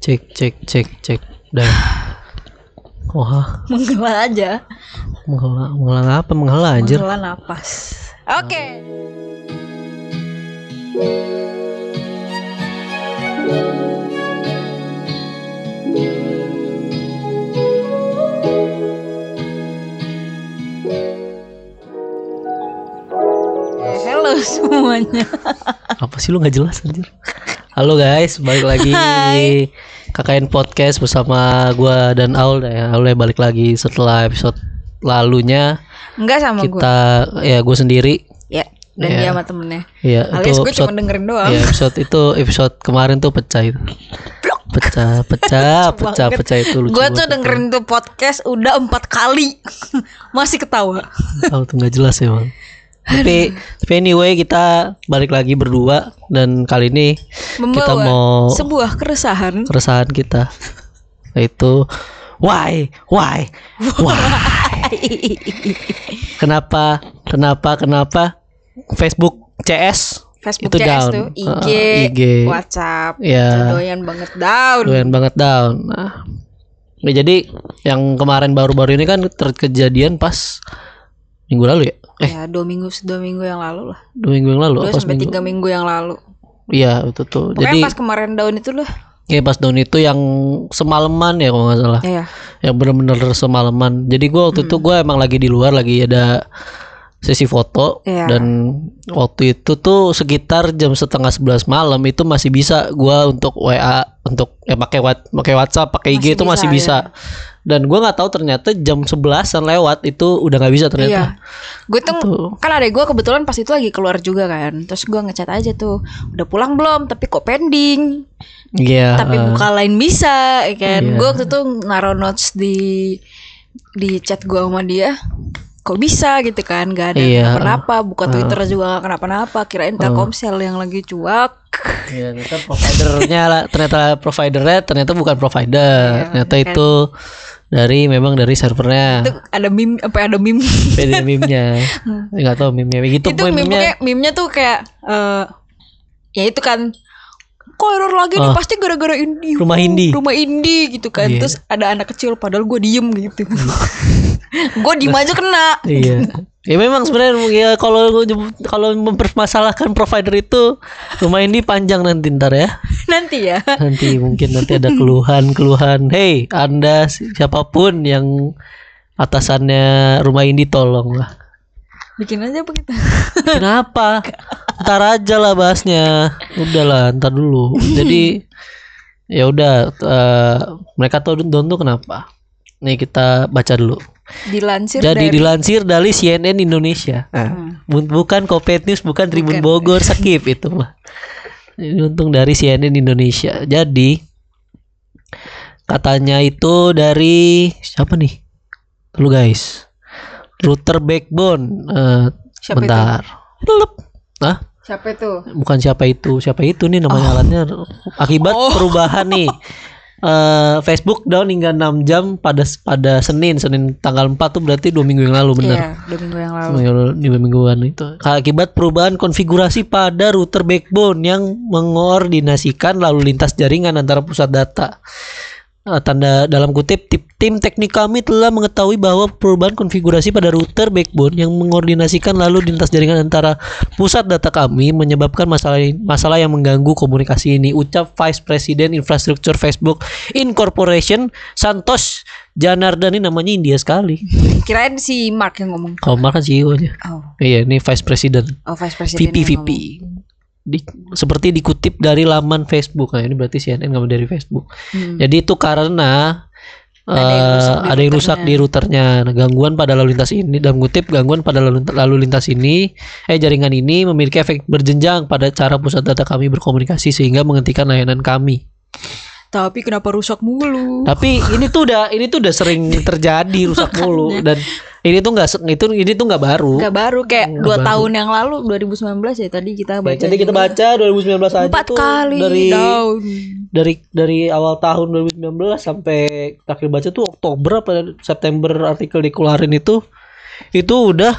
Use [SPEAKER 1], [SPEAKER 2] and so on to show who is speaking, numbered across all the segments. [SPEAKER 1] cek cek cek cek dah wah
[SPEAKER 2] menghela aja
[SPEAKER 1] menghela menghela apa menghela anjir
[SPEAKER 2] menghela napas oke Ya, Halo semuanya.
[SPEAKER 1] apa sih lu nggak jelas anjir halo guys balik lagi
[SPEAKER 2] Hai.
[SPEAKER 1] KKN podcast bersama gua dan Aul ya Aul ya balik lagi setelah episode lalunya
[SPEAKER 2] Enggak sama gue.
[SPEAKER 1] kita ya gue sendiri
[SPEAKER 2] Ya, dan
[SPEAKER 1] Iya.
[SPEAKER 2] dia sama temennya.
[SPEAKER 1] ya
[SPEAKER 2] Alias
[SPEAKER 1] itu
[SPEAKER 2] gue cuma dengerin doang.
[SPEAKER 1] ya, episode itu episode kemarin tuh pecah itu pecah pecah pecah
[SPEAKER 2] banget.
[SPEAKER 1] pecah itu lucu
[SPEAKER 2] Gue tuh
[SPEAKER 1] banget.
[SPEAKER 2] dengerin tuh podcast udah empat kali masih ketawa.
[SPEAKER 1] Tahu tuh nggak jelas ya bang. Tapi, tapi anyway kita balik lagi berdua dan kali ini
[SPEAKER 2] Membawa
[SPEAKER 1] kita mau
[SPEAKER 2] sebuah keresahan.
[SPEAKER 1] keresahan kita yaitu why why why kenapa kenapa kenapa Facebook CS
[SPEAKER 2] Facebook
[SPEAKER 1] Itu
[SPEAKER 2] CS
[SPEAKER 1] down. Ah,
[SPEAKER 2] tuh, IG,
[SPEAKER 1] Heeh, IG.
[SPEAKER 2] WhatsApp,
[SPEAKER 1] ya
[SPEAKER 2] doyan banget down.
[SPEAKER 1] doyan banget down. Nah, ya jadi yang kemarin baru-baru ini kan terkejadian pas minggu lalu ya. Eh,
[SPEAKER 2] Ya dua minggu dua minggu yang lalu lah,
[SPEAKER 1] dua minggu yang lalu
[SPEAKER 2] dua
[SPEAKER 1] apa
[SPEAKER 2] sampai
[SPEAKER 1] seminggu?
[SPEAKER 2] tiga minggu yang lalu.
[SPEAKER 1] Iya, itu tuh.
[SPEAKER 2] Pokoknya
[SPEAKER 1] Jadi
[SPEAKER 2] pas kemarin down itu loh,
[SPEAKER 1] Ya pas down itu yang semalaman ya kalau nggak salah.
[SPEAKER 2] ya, ya.
[SPEAKER 1] Yang bener-bener semalaman. Jadi gua waktu itu
[SPEAKER 2] Hmm.
[SPEAKER 1] gua emang lagi di luar lagi ada sesi foto
[SPEAKER 2] Iya.
[SPEAKER 1] dan waktu itu tuh sekitar jam setengah sebelas malam itu masih bisa gua untuk WA untuk ya pakai wat pakai WhatsApp pakai IG itu
[SPEAKER 2] Masih bisa, iya.
[SPEAKER 1] masih bisa. Dan gua nggak tahu ternyata jam sebelasan lewat itu udah nggak bisa
[SPEAKER 2] Iya.
[SPEAKER 1] ternyata.
[SPEAKER 2] Gue tuh
[SPEAKER 1] Tuh.
[SPEAKER 2] kan ada gue kebetulan pas itu lagi keluar juga kan. Terus gue ngechat aja tuh, udah pulang belum? Tapi kok pending.
[SPEAKER 1] Iya.
[SPEAKER 2] Tapi
[SPEAKER 1] eh,
[SPEAKER 2] buka lain bisa, ya kan?
[SPEAKER 1] Iya.
[SPEAKER 2] Gue waktu itu naruh notes di di chat gue sama dia. Kok bisa gitu kan? Gak ada
[SPEAKER 1] Iya.
[SPEAKER 2] kenapa-napa. Buka Twitter juga gak kenapa-napa. Kirain Telkomsel yang lagi cuak.
[SPEAKER 1] Iya, ternyata providernya lah, ternyata providernya ternyata bukan provider.
[SPEAKER 2] Iya,
[SPEAKER 1] ternyata
[SPEAKER 2] kan.
[SPEAKER 1] itu dari memang dari servernya.
[SPEAKER 2] Itu ada meme apa ada meme?
[SPEAKER 1] Beda meme-nya. Enggak tahu meme-nya gitu
[SPEAKER 2] Hmm. itu
[SPEAKER 1] pokoknya meme-nya.
[SPEAKER 2] meme-nya meme-nya tuh kayak eh ya itu kan kok error lagi nih
[SPEAKER 1] Ah.
[SPEAKER 2] pasti gara-gara indie
[SPEAKER 1] Rumah Indi.
[SPEAKER 2] rumah indie gitu kan
[SPEAKER 1] Iya.
[SPEAKER 2] terus ada anak kecil padahal gue diem gitu gue diem aja kena
[SPEAKER 1] Iya. Ya memang sebenarnya ya kalau kalau mempermasalahkan provider itu lumayan ini panjang nanti ntar ya.
[SPEAKER 2] nanti ya
[SPEAKER 1] Nanti mungkin nanti ada keluhan-keluhan. Hey, Anda si- siapapun yang atasannya rumah ini tolong lah.
[SPEAKER 2] bikin aja begitu
[SPEAKER 1] Kenapa? Ntar aja lah bahasnya. Udahlah, ntar dulu. Jadi ya udah eh, mereka tahu down tuh kenapa? Nih kita baca dulu.
[SPEAKER 2] dilansir
[SPEAKER 1] Jadi
[SPEAKER 2] dari
[SPEAKER 1] dilansir dari CNN Indonesia.
[SPEAKER 2] Hmm.
[SPEAKER 1] Bu- Bukan Kopet News, bukan Tribun
[SPEAKER 2] Bukan.
[SPEAKER 1] Bogor, skip itu mah. Ini untung dari CNN Indonesia. Jadi katanya itu dari siapa nih? Lu guys. Router backbone. Eh,
[SPEAKER 2] Siapa itu?
[SPEAKER 1] bentar. Lelep. Hah?
[SPEAKER 2] siapa itu
[SPEAKER 1] bukan siapa itu siapa itu nih namanya alatnya akibat
[SPEAKER 2] Oh.
[SPEAKER 1] perubahan nih Eh, Facebook down hingga 6 jam pada pada Senin Senin tanggal 4 tuh berarti dua minggu yang lalu bener
[SPEAKER 2] Iya, dua minggu yang lalu
[SPEAKER 1] Minggu- dua mingguan itu akibat perubahan konfigurasi pada router backbone yang mengoordinasikan lalu lintas jaringan antara pusat data Eh, tanda dalam kutip "Tip- tim teknik kami telah mengetahui bahwa perubahan konfigurasi pada router backbone yang mengoordinasikan lalu lintas jaringan antara pusat data kami menyebabkan masalah masalah yang mengganggu komunikasi ini ucap Vice President Infrastructure Facebook Incorporation Santos Janardani namanya India sekali
[SPEAKER 2] kirain si Mark yang ngomong
[SPEAKER 1] Komar kan CEO-nya
[SPEAKER 2] oh
[SPEAKER 1] Iya, ini Vice President,
[SPEAKER 2] oh vice president
[SPEAKER 1] VP
[SPEAKER 2] yang
[SPEAKER 1] VP.
[SPEAKER 2] ngomong.
[SPEAKER 1] Di- seperti dikutip dari laman Facebook. Nah, ini berarti CNN ngambil dari Facebook.
[SPEAKER 2] Hmm.
[SPEAKER 1] Jadi itu karena eh,
[SPEAKER 2] Ada yang rusak di
[SPEAKER 1] ada yang rusak di routernya. Nah, gangguan pada lalu lintas ini dalam kutip gangguan pada lalu, lalu lintas ini eh jaringan ini memiliki efek berjenjang pada cara pusat data kami berkomunikasi sehingga menghentikan layanan kami.
[SPEAKER 2] tapi kenapa rusak mulu
[SPEAKER 1] Tapi ini tuh udah ini tuh udah sering terjadi rusak mulu dan ini tuh enggak itu ini tuh nggak baru.
[SPEAKER 2] Gak baru kayak
[SPEAKER 1] Nggak
[SPEAKER 2] dua
[SPEAKER 1] baru.
[SPEAKER 2] tahun yang lalu 2019 ya tadi kita baca
[SPEAKER 1] Jadi kita
[SPEAKER 2] juga.
[SPEAKER 1] baca 2019 aja
[SPEAKER 2] gitu. empat
[SPEAKER 1] tuh
[SPEAKER 2] kali
[SPEAKER 1] dari
[SPEAKER 2] daun
[SPEAKER 1] dari dari awal tahun 2019 sampai terakhir baca tuh Oktober apa September artikel dikeluarin itu itu udah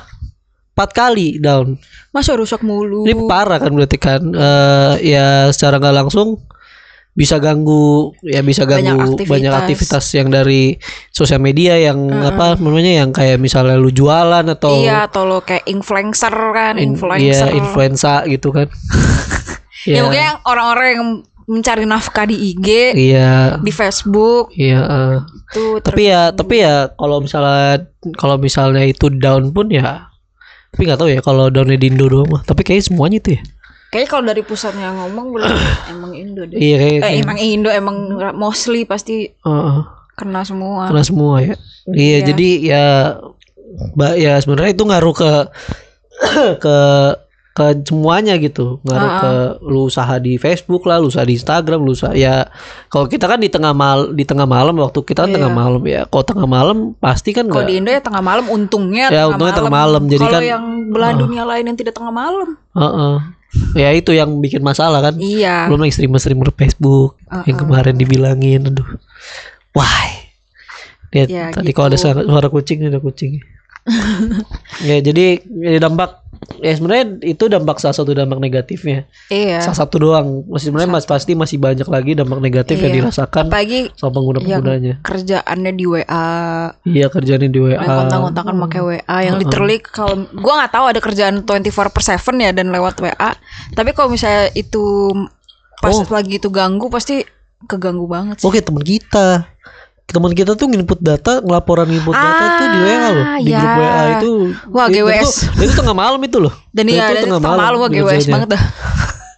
[SPEAKER 1] empat kali down
[SPEAKER 2] masa rusak
[SPEAKER 1] oh.
[SPEAKER 2] mulu
[SPEAKER 1] ini parah kan berarti kan Eh, ya secara nggak langsung bisa ganggu ya bisa
[SPEAKER 2] Banyak
[SPEAKER 1] ganggu banyak
[SPEAKER 2] aktivitas.
[SPEAKER 1] aktivitas, yang dari sosial media yang apa namanya yang kayak misalnya lu jualan atau
[SPEAKER 2] iya atau lo kayak influencer kan
[SPEAKER 1] in-
[SPEAKER 2] influencer
[SPEAKER 1] iya, influenza gitu kan
[SPEAKER 2] ya, mungkin yang orang-orang yang mencari nafkah di IG
[SPEAKER 1] iya
[SPEAKER 2] di Facebook
[SPEAKER 1] iya eh.
[SPEAKER 2] tuh
[SPEAKER 1] tapi ya tapi ya kalau misalnya kalau misalnya itu down pun ya tapi nggak tahu ya kalau downnya di Indo doang mah tapi kayaknya semuanya itu ya
[SPEAKER 2] kayaknya kalau dari pusatnya ngomong belum emang Indo deh
[SPEAKER 1] iya kayaknya
[SPEAKER 2] eh, emang Indo emang mostly pasti
[SPEAKER 1] Heeh,
[SPEAKER 2] kena semua
[SPEAKER 1] kena semua ya iya
[SPEAKER 2] Iya.
[SPEAKER 1] jadi ya ba- ya sebenarnya itu ngaruh ke ke ke semuanya gitu ngaruh ke lu usaha di Facebook lah lu usaha di Instagram lu usaha ya kalau kita kan di tengah mal di tengah malam waktu kita kan tengah
[SPEAKER 2] Iya.
[SPEAKER 1] malam ya kalau tengah malam pasti kan
[SPEAKER 2] kalau
[SPEAKER 1] nggak-
[SPEAKER 2] di Indo ya tengah malam untungnya
[SPEAKER 1] Ya, untungnya tengah malam, jadi
[SPEAKER 2] kalau
[SPEAKER 1] kan-
[SPEAKER 2] yang belahan dunia lain yang tidak tengah malam
[SPEAKER 1] Heeh. Ya itu yang bikin masalah kan.
[SPEAKER 2] iya
[SPEAKER 1] Belum yang streamer-streamer Facebook
[SPEAKER 2] Ah,
[SPEAKER 1] yang kemarin dibilangin aduh. Why? Lihat
[SPEAKER 2] Ya,
[SPEAKER 1] tadi kalau ada suara, suara kucing ada kucing. ya jadi ya dampak ya sebenarnya itu dampak salah satu dampak negatifnya.
[SPEAKER 2] iya
[SPEAKER 1] Salah satu doang. Masih sebenarnya mas pasti masih banyak lagi dampak negatif yang
[SPEAKER 2] Iya.
[SPEAKER 1] dirasakan
[SPEAKER 2] pagi
[SPEAKER 1] sama pengguna-penggunanya.
[SPEAKER 2] kerjaannya di WA
[SPEAKER 1] Iya kerjanya di WA.
[SPEAKER 2] yang kontak-kontakan pakai WA yang
[SPEAKER 1] Ah.
[SPEAKER 2] literally kalau gua nggak tahu ada kerjaan 24 per 7 ya dan lewat WA tapi kalau misalnya itu pas
[SPEAKER 1] Oh.
[SPEAKER 2] lagi itu ganggu pasti keganggu banget sih
[SPEAKER 1] Oke teman kita teman kita tuh nginput data ngelaporan input data tuh di WA loh di
[SPEAKER 2] Ah,
[SPEAKER 1] grup
[SPEAKER 2] ya.
[SPEAKER 1] WA itu
[SPEAKER 2] Wah,
[SPEAKER 1] itu-
[SPEAKER 2] GWS.
[SPEAKER 1] itu, itu tengah malam ya itu loh
[SPEAKER 2] dan iya dan itu tengah malam gua GWS
[SPEAKER 1] dikerjainnya.
[SPEAKER 2] banget dah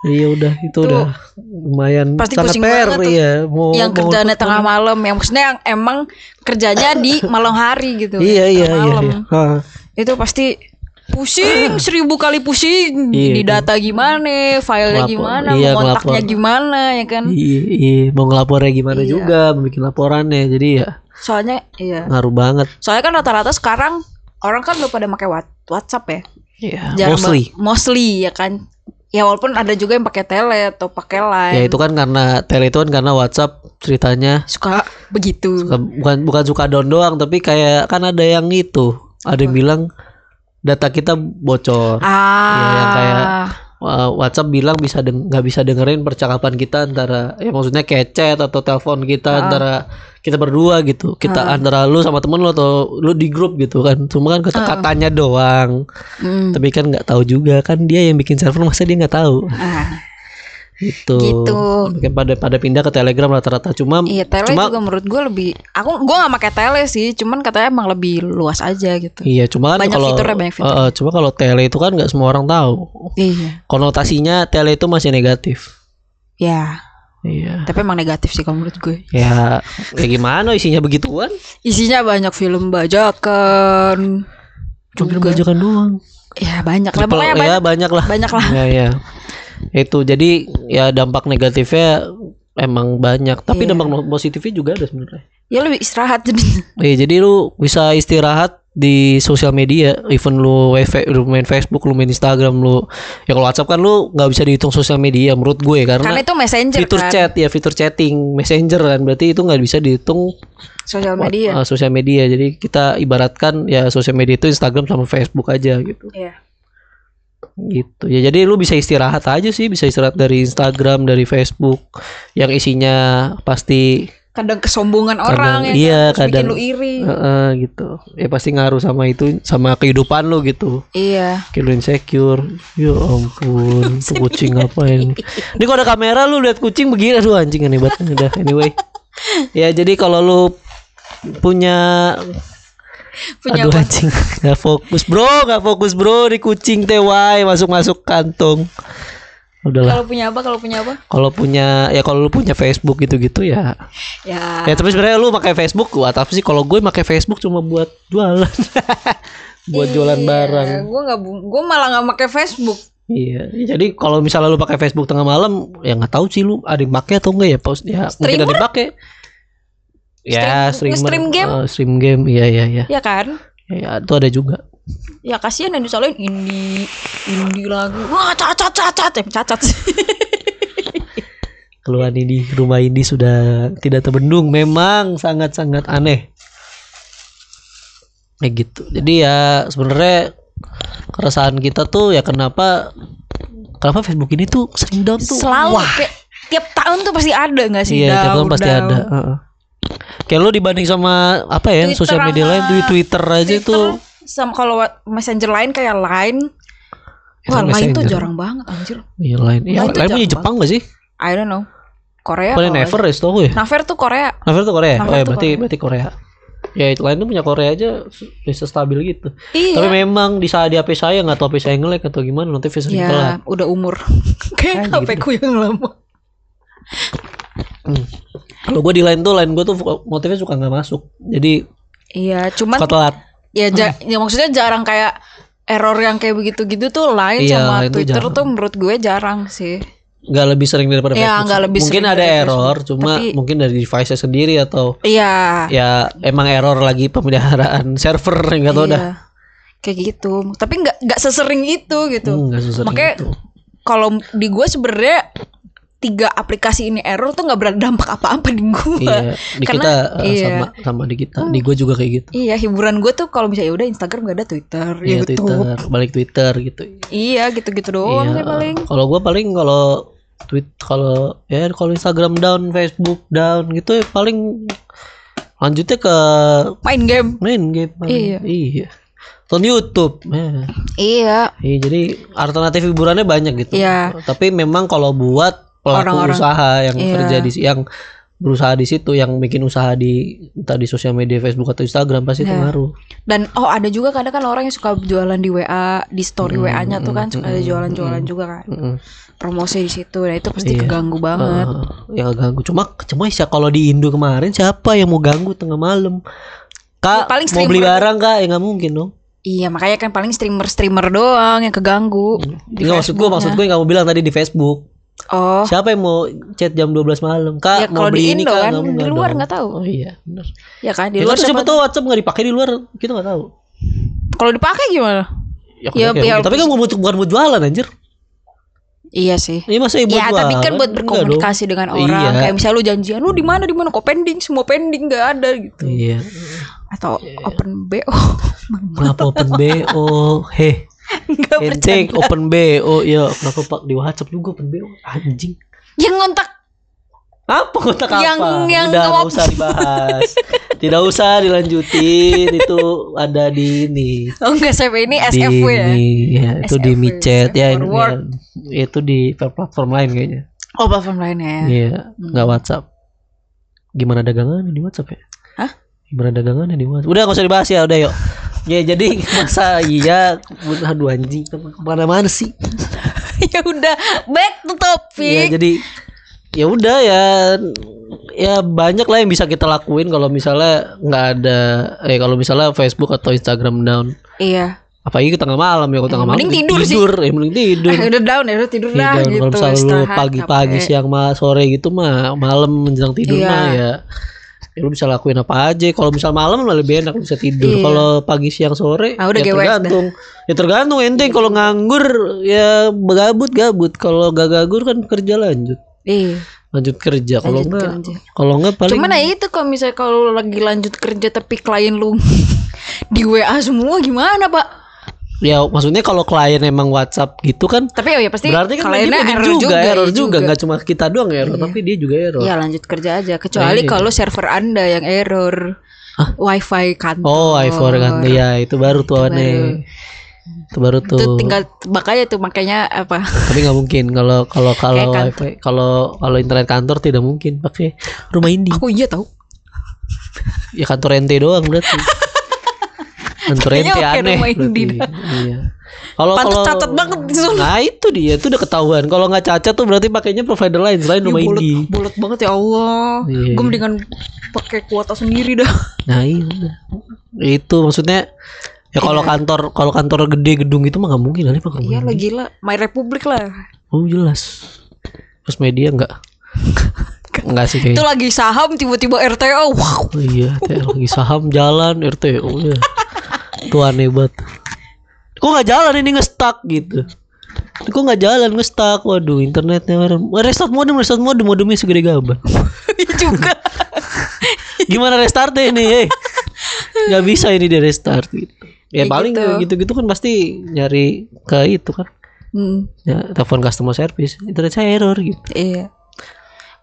[SPEAKER 1] iya udah itu, udah lumayan
[SPEAKER 2] pasti
[SPEAKER 1] karena
[SPEAKER 2] pusing
[SPEAKER 1] per
[SPEAKER 2] banget tuh.
[SPEAKER 1] iya mau
[SPEAKER 2] yang
[SPEAKER 1] mau- Iya,
[SPEAKER 2] kerjanya tengah malam yang maksudnya yang emang kerjanya di malam hari gitu
[SPEAKER 1] iya iya
[SPEAKER 2] tengah
[SPEAKER 1] iya,
[SPEAKER 2] malam. Hmm.
[SPEAKER 1] iya. Ha.
[SPEAKER 2] itu pasti pusing seribu kali pusing
[SPEAKER 1] Iya,
[SPEAKER 2] di data gimana filenya
[SPEAKER 1] Ngelapor.
[SPEAKER 2] gimana
[SPEAKER 1] Iya,
[SPEAKER 2] mau kontaknya
[SPEAKER 1] ngelapor.
[SPEAKER 2] gimana ya kan
[SPEAKER 1] iya iya mau ngelapornya gimana
[SPEAKER 2] Iya.
[SPEAKER 1] juga mau bikin laporannya jadi ya
[SPEAKER 2] soalnya iya
[SPEAKER 1] ngaruh banget
[SPEAKER 2] soalnya kan rata-rata sekarang orang kan udah pada pakai Wat- WhatsApp ya
[SPEAKER 1] Iya,
[SPEAKER 2] Jarang
[SPEAKER 1] mostly
[SPEAKER 2] ba- mostly ya kan ya walaupun ada juga yang pakai tele atau pakai line
[SPEAKER 1] ya itu kan karena tele itu kan karena WhatsApp ceritanya
[SPEAKER 2] suka begitu
[SPEAKER 1] Suka- bukan bukan suka down doang tapi kayak kan ada yang itu ada yang bilang data kita bocor
[SPEAKER 2] ah
[SPEAKER 1] Iya, yang kayak uh, WhatsApp bilang bisa deng- nggak bisa dengerin percakapan kita antara ya maksudnya kayak chat atau telepon kita
[SPEAKER 2] Ah.
[SPEAKER 1] antara kita berdua gitu kita antara lu sama temen lu atau lu di grup gitu kan cuma kan
[SPEAKER 2] Ah.
[SPEAKER 1] kata katanya doang
[SPEAKER 2] mm,
[SPEAKER 1] tapi kan nggak tahu juga kan dia yang bikin server masa dia nggak tahu
[SPEAKER 2] ah.
[SPEAKER 1] gitu,
[SPEAKER 2] Gitu.
[SPEAKER 1] Makanya pada pada pindah ke Telegram rata-rata cuma
[SPEAKER 2] Iya tele
[SPEAKER 1] cuma
[SPEAKER 2] juga menurut gue lebih aku gue nggak pakai tele sih cuman katanya emang lebih luas aja gitu
[SPEAKER 1] Iya, cuma kan
[SPEAKER 2] Banyak
[SPEAKER 1] kalau
[SPEAKER 2] fiturnya, banyak fiturnya.
[SPEAKER 1] Eh, eh, cuma kalau tele itu kan nggak semua orang tahu.
[SPEAKER 2] iya
[SPEAKER 1] Konotasinya tele itu masih negatif.
[SPEAKER 2] ya
[SPEAKER 1] Iya.
[SPEAKER 2] tapi emang negatif sih kalau menurut gue
[SPEAKER 1] Ya, ya gimana isinya begituan?
[SPEAKER 2] isinya banyak film bajakan
[SPEAKER 1] Cuma bajakan doang.
[SPEAKER 2] ya banyak lah
[SPEAKER 1] Triple-
[SPEAKER 2] pokoknya
[SPEAKER 1] ya
[SPEAKER 2] banyak,
[SPEAKER 1] banyak lah.
[SPEAKER 2] banyak lah
[SPEAKER 1] Ya, ya. Itu jadi ya dampak negatifnya emang banyak,
[SPEAKER 2] Iya.
[SPEAKER 1] tapi dampak no- positifnya juga ada sebenarnya.
[SPEAKER 2] ya lebih istirahat jadi
[SPEAKER 1] Iya, jadi lu bisa istirahat di sosial media, even lu, WF lu main Facebook, lu main Instagram, lu ya kalau WhatsApp kan lu nggak bisa dihitung sosial media menurut gue
[SPEAKER 2] karena itu messenger
[SPEAKER 1] fitur
[SPEAKER 2] kan
[SPEAKER 1] chat ya fitur chatting messenger kan berarti itu nggak bisa dihitung
[SPEAKER 2] sosial media
[SPEAKER 1] uh, sosial media jadi kita ibaratkan ya sosial media itu Instagram sama Facebook aja gitu
[SPEAKER 2] Iya.
[SPEAKER 1] gitu ya jadi lu bisa istirahat aja sih bisa istirahat dari Instagram dari Facebook yang isinya pasti
[SPEAKER 2] kadang kesombongan
[SPEAKER 1] kadang
[SPEAKER 2] orang ya
[SPEAKER 1] iya
[SPEAKER 2] kan, bikin
[SPEAKER 1] kadang
[SPEAKER 2] lu iri
[SPEAKER 1] eh, eh, gitu ya pasti ngaruh sama itu sama kehidupan lu gitu
[SPEAKER 2] iya
[SPEAKER 1] Kayak lu insecure Ya ampun Itu kucing ngapain Ini kalau ada kamera lu lihat kucing begini Aduh anjing aneh banget Udah anyway Ya jadi kalau lu Punya
[SPEAKER 2] punya
[SPEAKER 1] Aduh anjing Gak fokus bro Gak fokus bro Di kucing TY Masuk-masuk kantung Udahlah
[SPEAKER 2] kalau punya apa kalau punya apa
[SPEAKER 1] Kalau punya Ya kalau lu punya Facebook gitu-gitu ya
[SPEAKER 2] ya
[SPEAKER 1] Ya tapi sebenarnya lu pakai Facebook Gua tapi sih Kalau gue pakai Facebook Cuma buat jualan Buat jualan
[SPEAKER 2] Iya.
[SPEAKER 1] barang
[SPEAKER 2] gue nggak gue malah nggak pakai Facebook
[SPEAKER 1] Iya, ya jadi kalau misalnya lu pakai Facebook tengah malam, ya nggak tahu sih lu ada yang pakai atau enggak ya post ya mungkin ada yang pakai. Ya,
[SPEAKER 2] Stream-
[SPEAKER 1] streamer,
[SPEAKER 2] nge-stream game?
[SPEAKER 1] Eh, stream game, iya iya iya.
[SPEAKER 2] ya kan
[SPEAKER 1] Ya, ya, itu ada juga.
[SPEAKER 2] ya kasihan yang disalahin indie indie lagu wah cacat cacat eh cacat
[SPEAKER 1] Keluhan ini rumah ini sudah tidak terbendung, memang sangat-sangat aneh. Ya gitu. Jadi ya sebenarnya keresahan kita tuh ya kenapa kenapa Facebook ini tuh sering down tuh.
[SPEAKER 2] selalu kayak tiap tahun tup pasti ada nggak
[SPEAKER 1] Iya,
[SPEAKER 2] sih?
[SPEAKER 1] tiap
[SPEAKER 2] Daun,
[SPEAKER 1] tahun pasti
[SPEAKER 2] daun.
[SPEAKER 1] ada. Heeh. Kayak lu dibanding sama apa ya
[SPEAKER 2] Twitter
[SPEAKER 1] sosial media
[SPEAKER 2] sama-
[SPEAKER 1] lain, di Twitter aja
[SPEAKER 2] Twitter
[SPEAKER 1] tuh.
[SPEAKER 2] sama kalau wa- messenger lain kayak Line.
[SPEAKER 1] Ya,
[SPEAKER 2] Wah, Line tuh
[SPEAKER 1] Messenger.
[SPEAKER 2] jarang banget anjir.
[SPEAKER 1] Iya, lain. Ya,
[SPEAKER 2] Lain tuh
[SPEAKER 1] lain punya
[SPEAKER 2] jarang
[SPEAKER 1] Jepang gak sih?
[SPEAKER 2] I don't know. Korea.
[SPEAKER 1] Paling
[SPEAKER 2] kalau-
[SPEAKER 1] Never ya, setahu gue ya.
[SPEAKER 2] Naver tuh Korea.
[SPEAKER 1] Never tuh Korea.
[SPEAKER 2] Never
[SPEAKER 1] oh ya,
[SPEAKER 2] tuh
[SPEAKER 1] berarti
[SPEAKER 2] Korea.
[SPEAKER 1] berarti Korea. Ya, itu lain tuh punya Korea aja bisa stabil gitu.
[SPEAKER 2] Iya.
[SPEAKER 1] Tapi memang di saat di HP saya nggak tahu HP saya nge-lag atau gimana nanti bisa
[SPEAKER 2] ya,
[SPEAKER 1] ditelan.
[SPEAKER 2] udah umur. kayak
[SPEAKER 1] Kayak
[SPEAKER 2] gitu. HP ku yang lama.
[SPEAKER 1] Hmm. Kalau gue di lain tuh lain gue tuh motifnya suka nggak masuk. Jadi
[SPEAKER 2] Iya, cuman
[SPEAKER 1] suka telat.
[SPEAKER 2] ya, ja- ya maksudnya jarang kayak error yang kayak begitu-gitu tuh Line
[SPEAKER 1] Iya,
[SPEAKER 2] sama
[SPEAKER 1] Line tuh
[SPEAKER 2] Twitter
[SPEAKER 1] jarang.
[SPEAKER 2] tuh menurut gue jarang sih.
[SPEAKER 1] Nggak lebih sering daripada
[SPEAKER 2] Iya,
[SPEAKER 1] Facebook.
[SPEAKER 2] nggak lebih
[SPEAKER 1] mungkin
[SPEAKER 2] sering
[SPEAKER 1] ada
[SPEAKER 2] dari
[SPEAKER 1] error,
[SPEAKER 2] Facebook.
[SPEAKER 1] cuma
[SPEAKER 2] Tapi-
[SPEAKER 1] mungkin dari device-nya sendiri atau
[SPEAKER 2] Iya.
[SPEAKER 1] ya emang error lagi pemeliharaan server nggak tahu
[SPEAKER 2] iya.
[SPEAKER 1] dah.
[SPEAKER 2] Kayak gitu. Tapi nggak nggak sesering itu gitu.
[SPEAKER 1] Hmm, nggak susah
[SPEAKER 2] Makanya
[SPEAKER 1] gitu.
[SPEAKER 2] kalau di gue sebenarnya tiga aplikasi ini error tuh nggak berdampak apa-apa di gue.
[SPEAKER 1] Iya, di
[SPEAKER 2] Karena-
[SPEAKER 1] kita eh,
[SPEAKER 2] iya.
[SPEAKER 1] sama sama di kita. Di gue juga kayak gitu.
[SPEAKER 2] Iya hiburan gue tuh kalau misalnya ya udah Instagram gak ada Twitter,
[SPEAKER 1] Iya,
[SPEAKER 2] YouTube.
[SPEAKER 1] Twitter, balik Twitter gitu.
[SPEAKER 2] Iya gitu-gitu doang
[SPEAKER 1] Iya,
[SPEAKER 2] sih paling.
[SPEAKER 1] Kalau gue paling kalau tweet kalau ya kalau Instagram down, Facebook down gitu ya paling lanjutnya ke
[SPEAKER 2] Main game.
[SPEAKER 1] main game. paling.
[SPEAKER 2] Iya.
[SPEAKER 1] Iya. Nonton YouTube. Nah,
[SPEAKER 2] Iya.
[SPEAKER 1] iya, jadi alternatif hiburannya banyak gitu.
[SPEAKER 2] Iya.
[SPEAKER 1] Tapi memang kalau buat pelaku
[SPEAKER 2] Orang-orang.
[SPEAKER 1] usaha yang
[SPEAKER 2] Iya.
[SPEAKER 1] kerja di yang berusaha di situ yang bikin usaha di entah di sosial media Facebook atau Instagram pasti itu
[SPEAKER 2] Iya.
[SPEAKER 1] ngaruh.
[SPEAKER 2] Dan oh ada juga kadang kan orang yang suka jualan di WA, di story
[SPEAKER 1] Hmm,
[SPEAKER 2] WA-nya tuh kan
[SPEAKER 1] hmm,
[SPEAKER 2] suka ada
[SPEAKER 1] hmm,
[SPEAKER 2] jualan-jualan
[SPEAKER 1] hmm.
[SPEAKER 2] juga kan.
[SPEAKER 1] Mm-mm.
[SPEAKER 2] Promosi di situ. Nah, itu pasti
[SPEAKER 1] Iya.
[SPEAKER 2] keganggu banget.
[SPEAKER 1] Heeh, yang ganggu cuma cuma sih kalau di Indo kemarin siapa yang mau ganggu tengah malam kak
[SPEAKER 2] Ya, paling
[SPEAKER 1] mau beli
[SPEAKER 2] streamer.
[SPEAKER 1] barang kak ya nggak mungkin dong
[SPEAKER 2] Iya, makanya kan paling streamer-streamer doang yang keganggu. Di
[SPEAKER 1] Hmm. nggak maksud gue
[SPEAKER 2] Facebooknya.
[SPEAKER 1] maksud gue yang kamu bilang tadi di Facebook
[SPEAKER 2] Oh,
[SPEAKER 1] siapa yang mau chat jam 12 malam
[SPEAKER 2] Ya,
[SPEAKER 1] kak mau
[SPEAKER 2] kalau di
[SPEAKER 1] beli ini
[SPEAKER 2] Indo
[SPEAKER 1] kak
[SPEAKER 2] kan,
[SPEAKER 1] Nggak,
[SPEAKER 2] di
[SPEAKER 1] nggak
[SPEAKER 2] luar
[SPEAKER 1] dong.
[SPEAKER 2] nggak tahu.
[SPEAKER 1] oh iya benar
[SPEAKER 2] ya kan
[SPEAKER 1] di
[SPEAKER 2] di
[SPEAKER 1] luar
[SPEAKER 2] luar
[SPEAKER 1] siapa
[SPEAKER 2] siapa-
[SPEAKER 1] tahu WhatsApp nggak dipakai di luar kita nggak tahu
[SPEAKER 2] Kalau dipakai gimana? Ya,
[SPEAKER 1] oke, oke.
[SPEAKER 2] biar-
[SPEAKER 1] tapi kan bukan buat- bukan buat jualan anjir
[SPEAKER 2] Iya sih.
[SPEAKER 1] ini masa ya buat
[SPEAKER 2] Ya,
[SPEAKER 1] jualan
[SPEAKER 2] tapi kan buat
[SPEAKER 1] Nggak
[SPEAKER 2] berkomunikasi dengan
[SPEAKER 1] Iya.
[SPEAKER 2] orang. Kayak misalnya lu janjian, lu di mana di mana kok pending, semua pending nggak ada gitu.
[SPEAKER 1] dong. iya
[SPEAKER 2] Atau open BO.
[SPEAKER 1] kenapa open BO heh
[SPEAKER 2] Enggak
[SPEAKER 1] ente open BO ya kenapa pak di WhatsApp juga open BO anjing
[SPEAKER 2] Yang ngontak
[SPEAKER 1] apa kotak apa
[SPEAKER 2] Yang- yang
[SPEAKER 1] udah nggak
[SPEAKER 2] ngop-
[SPEAKER 1] usah dibahas tidak usah dilanjutin itu ada di ini
[SPEAKER 2] Oh enggak saya ini
[SPEAKER 1] di
[SPEAKER 2] SFW ya.
[SPEAKER 1] ini, ya, itu di
[SPEAKER 2] SFW,
[SPEAKER 1] micet ya,
[SPEAKER 2] for
[SPEAKER 1] ini-
[SPEAKER 2] work.
[SPEAKER 1] ya, itu di platform lain kayaknya
[SPEAKER 2] Oh platform lainnya ya.
[SPEAKER 1] iya
[SPEAKER 2] Hmm.
[SPEAKER 1] nggak WhatsApp gimana dagangannya di WhatsApp ya
[SPEAKER 2] Hah?
[SPEAKER 1] gimana dagangannya di WhatsApp udah nggak usah dibahas ya udah yuk ya jadi masa iya aduh anjing kemana mana sih
[SPEAKER 2] ya udah back to
[SPEAKER 1] Iya
[SPEAKER 2] topic.
[SPEAKER 1] jadi ya udah ya ya banyak lah yang bisa kita lakuin kalau misalnya nggak ada eh kalau misalnya Facebook atau Instagram down
[SPEAKER 2] Iya.
[SPEAKER 1] apalagi ke tengah malam ya ke tengah malam
[SPEAKER 2] mending
[SPEAKER 1] kita
[SPEAKER 2] tidur sih.
[SPEAKER 1] ya mending tidur
[SPEAKER 2] Ah, udah down ya udah tidur
[SPEAKER 1] Ya,
[SPEAKER 2] lah
[SPEAKER 1] jangan
[SPEAKER 2] gitu.
[SPEAKER 1] kalau misalnya lu
[SPEAKER 2] istirahat,
[SPEAKER 1] pagi-pagi
[SPEAKER 2] capek.
[SPEAKER 1] siang malam sore gitu mah malam menjelang tidur
[SPEAKER 2] Iya.
[SPEAKER 1] mah ya ya lu bisa lakuin apa aja kalau misal malam lah lebih enak bisa tidur
[SPEAKER 2] Iya.
[SPEAKER 1] kalau pagi siang sore
[SPEAKER 2] Ah, udah
[SPEAKER 1] ya
[SPEAKER 2] gewes dah.
[SPEAKER 1] tergantung ya tergantung ente kalau nganggur ya gabut gabut kalau gak nganggur kan kerja lanjut
[SPEAKER 2] Iya.
[SPEAKER 1] lanjut kerja kalau
[SPEAKER 2] lanjut
[SPEAKER 1] enggak
[SPEAKER 2] kerja.
[SPEAKER 1] kalau enggak paling
[SPEAKER 2] Cuman ya itu kalau misalnya kalau lu lagi lanjut kerja tapi klien lu di WA semua gimana, Pak?
[SPEAKER 1] ya maksudnya kalau klien emang WhatsApp gitu kan
[SPEAKER 2] Tapi oh ya pasti
[SPEAKER 1] berarti kan dia
[SPEAKER 2] kliennya iya
[SPEAKER 1] error juga, error juga nggak cuma kita doang yang error tapi dia juga error
[SPEAKER 2] Ya lanjut kerja aja kecuali
[SPEAKER 1] Iya.
[SPEAKER 2] kalau server Anda yang error. Wifi kantor.
[SPEAKER 1] oh iPhone kan ya itu baru tuh aneh itu baru Oh, tuh
[SPEAKER 2] itu tinggal makanya tuh makanya apa
[SPEAKER 1] tapi nggak mungkin kalau kalau kalau
[SPEAKER 2] Kayak kantor.
[SPEAKER 1] wifi kalau kalau internet kantor tidak mungkin pakai rumah ini
[SPEAKER 2] aku iya tahu
[SPEAKER 1] ya kantor ente doang berarti kantor
[SPEAKER 2] Kayaknya
[SPEAKER 1] ente
[SPEAKER 2] oke,
[SPEAKER 1] aneh
[SPEAKER 2] rumah ini
[SPEAKER 1] berarti.
[SPEAKER 2] dah.
[SPEAKER 1] iya kalau
[SPEAKER 2] Pantes
[SPEAKER 1] kalau
[SPEAKER 2] catat banget di sana.
[SPEAKER 1] nah itu dia itu udah ketahuan kalau nggak cacat tuh berarti pakainya provider lain selain rumah
[SPEAKER 2] bulat
[SPEAKER 1] ini
[SPEAKER 2] bulat banget ya Allah
[SPEAKER 1] Iya.
[SPEAKER 2] gue mendingan pakai kuota sendiri dah
[SPEAKER 1] Nah iya udah. Itu maksudnya ya kalau kantor kalau kantor gede gedung itu mah nggak mungkin kali pakai
[SPEAKER 2] iya lah gila my republik lah
[SPEAKER 1] Oh jelas. Terus media nggak? nggak sih
[SPEAKER 2] itu
[SPEAKER 1] kayaknya.
[SPEAKER 2] lagi saham tiba-tiba RTO wow
[SPEAKER 1] Oh, iya, teh lagi saham jalan RT. Oh iya. Tuh aneh banget. Kok nggak jalan ini nge-stuck gitu. Kok nggak jalan nge-stuck? Waduh, internetnya merem. Wah, Restart modem, restart modem, modemnya segede gabah.
[SPEAKER 2] Iya juga
[SPEAKER 1] Gimana restartnya ini? Eh? Nggak bisa ini di restart gitu. Ya,
[SPEAKER 2] Ya,
[SPEAKER 1] paling
[SPEAKER 2] gitu.
[SPEAKER 1] gitu-gitu kan pasti nyari ke itu kan.
[SPEAKER 2] Hmm,
[SPEAKER 1] ya telepon customer service internet saya error gitu
[SPEAKER 2] iya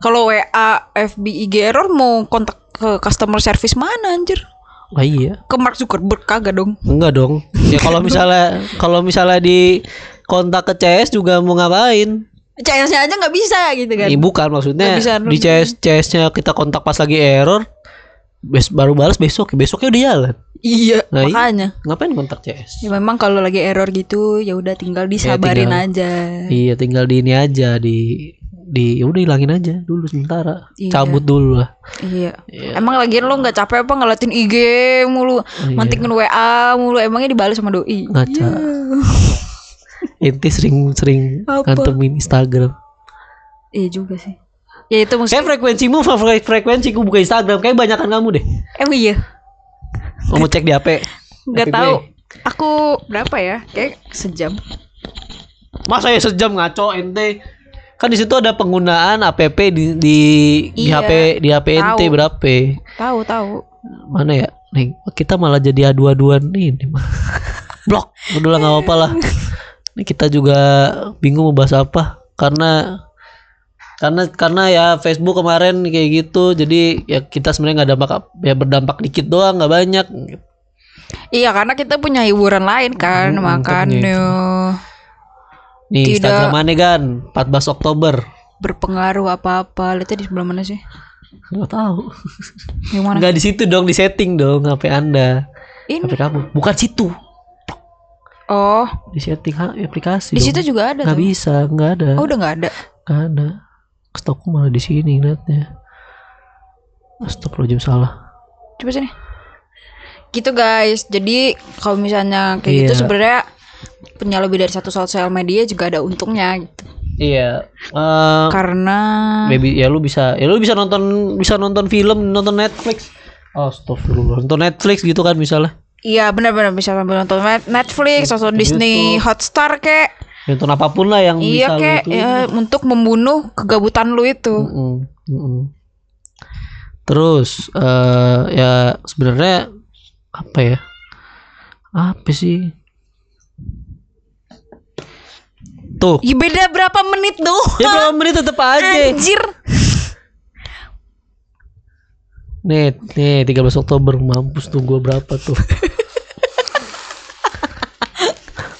[SPEAKER 2] Kalau WA, FB, IG error mau kontak ke customer service mana anjir?
[SPEAKER 1] Lah iya.
[SPEAKER 2] Ke Mark Zuckerberg kagak dong.
[SPEAKER 1] Enggak dong. Ya kalau misalnya kalau misalnya di kontak ke CS juga mau ngapain?
[SPEAKER 2] CS-nya aja nggak bisa gitu kan.
[SPEAKER 1] Ini bukan maksudnya
[SPEAKER 2] Nggak bisa,
[SPEAKER 1] di CS CS-nya kita kontak pas lagi error bes- baru balas besok, besoknya udah jalan.
[SPEAKER 2] Iya,
[SPEAKER 1] Nah, iya.
[SPEAKER 2] makanya.
[SPEAKER 1] Ngapain kontak CS?
[SPEAKER 2] Ya memang kalau lagi error gitu ya udah tinggal disabarin
[SPEAKER 1] tinggal.
[SPEAKER 2] aja.
[SPEAKER 1] Iya, tinggal di ini aja di di ya udah hilangin aja dulu sementara.
[SPEAKER 2] Iya.
[SPEAKER 1] Cabut dulu lah.
[SPEAKER 2] Iya. Emang lagian lo nggak capek apa ngeliatin IG mulu,
[SPEAKER 1] Iya.
[SPEAKER 2] mantingin WA mulu, emangnya dibales sama doi?
[SPEAKER 1] Ngaca. Inti sering-sering
[SPEAKER 2] Apa?
[SPEAKER 1] ngantemin Instagram.
[SPEAKER 2] Iya juga sih. Ya itu
[SPEAKER 1] Kayak
[SPEAKER 2] maksudnya.
[SPEAKER 1] frekuensimu favorit frekuensiku buka Instagram kayak banyakan kamu deh.
[SPEAKER 2] Emang iya.
[SPEAKER 1] Kamu cek di HP.
[SPEAKER 2] Nggak
[SPEAKER 1] HP
[SPEAKER 2] tahu.
[SPEAKER 1] gue.
[SPEAKER 2] Aku berapa ya? Kayak sejam.
[SPEAKER 1] Masa ya sejam ngaco ente. Kan di situ ada penggunaan APP di di, di
[SPEAKER 2] Iya,
[SPEAKER 1] HP di HP ente
[SPEAKER 2] tahu.
[SPEAKER 1] berapa?
[SPEAKER 2] Tahu tahu.
[SPEAKER 1] Mana ya? Nih, kita malah jadi adu-aduan ini mah. Blok. Udah lah enggak apa-apa lah. Ini kita juga bingung mau bahas apa karena karena karena ya Facebook kemarin kayak gitu jadi ya kita sebenarnya nggak dampak ap- ya berdampak dikit doang nggak banyak
[SPEAKER 2] Iya karena kita punya hiburan lain kan
[SPEAKER 1] Mm, tentunya
[SPEAKER 2] makanya
[SPEAKER 1] nih
[SPEAKER 2] Tidak.
[SPEAKER 1] Instagram aneh kan 14 Oktober
[SPEAKER 2] berpengaruh apa-apa. Lihatnya di sebelah mana sih?
[SPEAKER 1] nggak tahu
[SPEAKER 2] Yang mana?
[SPEAKER 1] nggak di situ dong di setting dong HP anda
[SPEAKER 2] Ini.
[SPEAKER 1] HP kamu bukan situ
[SPEAKER 2] Oh,
[SPEAKER 1] di setting ha- aplikasi
[SPEAKER 2] di
[SPEAKER 1] dong.
[SPEAKER 2] situ juga ada
[SPEAKER 1] nggak
[SPEAKER 2] tuh.
[SPEAKER 1] bisa nggak ada
[SPEAKER 2] Oh, udah nggak ada.
[SPEAKER 1] nggak ada stokku malah di sini ngeliatnya Astagfirullahaladzim salah
[SPEAKER 2] Coba sini. Gitu guys. Jadi kalau misalnya kayak gitu
[SPEAKER 1] Iya.
[SPEAKER 2] sebenarnya punya lebih dari satu sosial media juga ada untungnya gitu.
[SPEAKER 1] iya eh,
[SPEAKER 2] Karena
[SPEAKER 1] baby ya lu bisa ya lu bisa nonton bisa nonton film nonton Netflix Astagfirullah nonton Netflix gitu kan misalnya
[SPEAKER 2] iya benar-benar bisa sambil nonton Net- Netflix atau Disney Hotstar kek.
[SPEAKER 1] nonton apapun lah yang
[SPEAKER 2] Iya
[SPEAKER 1] bisa lu
[SPEAKER 2] kek
[SPEAKER 1] itu
[SPEAKER 2] ya, untuk membunuh kegabutan lu itu.
[SPEAKER 1] Mm-mm, mm-mm. Terus eh ya sebenarnya apa ya? Apa sih? Tuh,
[SPEAKER 2] Ya, beda berapa menit
[SPEAKER 1] ya
[SPEAKER 2] doang.
[SPEAKER 1] berapa menit tetep aja.
[SPEAKER 2] Anjir.
[SPEAKER 1] Nih, nih 13 Oktober mampus tuh gua berapa tuh.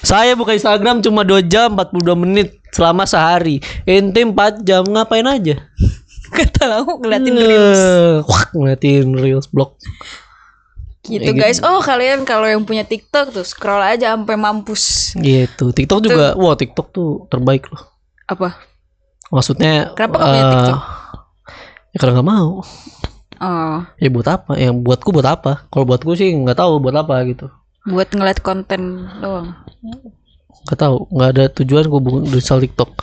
[SPEAKER 1] Saya buka Instagram cuma 2 jam 42 menit selama sehari. Ente 4 jam ngapain aja?
[SPEAKER 2] Kata aku
[SPEAKER 1] Eh,
[SPEAKER 2] ngeliatin reels.
[SPEAKER 1] Wah, ngeliatin reels blog.
[SPEAKER 2] Gitu guys. Oh, kalian kalau yang punya TikTok tuh scroll aja sampai mampus.
[SPEAKER 1] Gitu. TikTok juga, wah TikTok tuh terbaik loh.
[SPEAKER 2] Apa?
[SPEAKER 1] Maksudnya
[SPEAKER 2] Kenapa kamu punya
[SPEAKER 1] eh,
[SPEAKER 2] TikTok?
[SPEAKER 1] Ya karena nggak mau.
[SPEAKER 2] Oh,
[SPEAKER 1] Ya buat apa? Yang buatku buat apa? Kalau buatku sih nggak tahu buat apa gitu.
[SPEAKER 2] buat ngeliat konten doang.
[SPEAKER 1] Nggak tahu, nggak ada tujuan gue bukan install TikTok.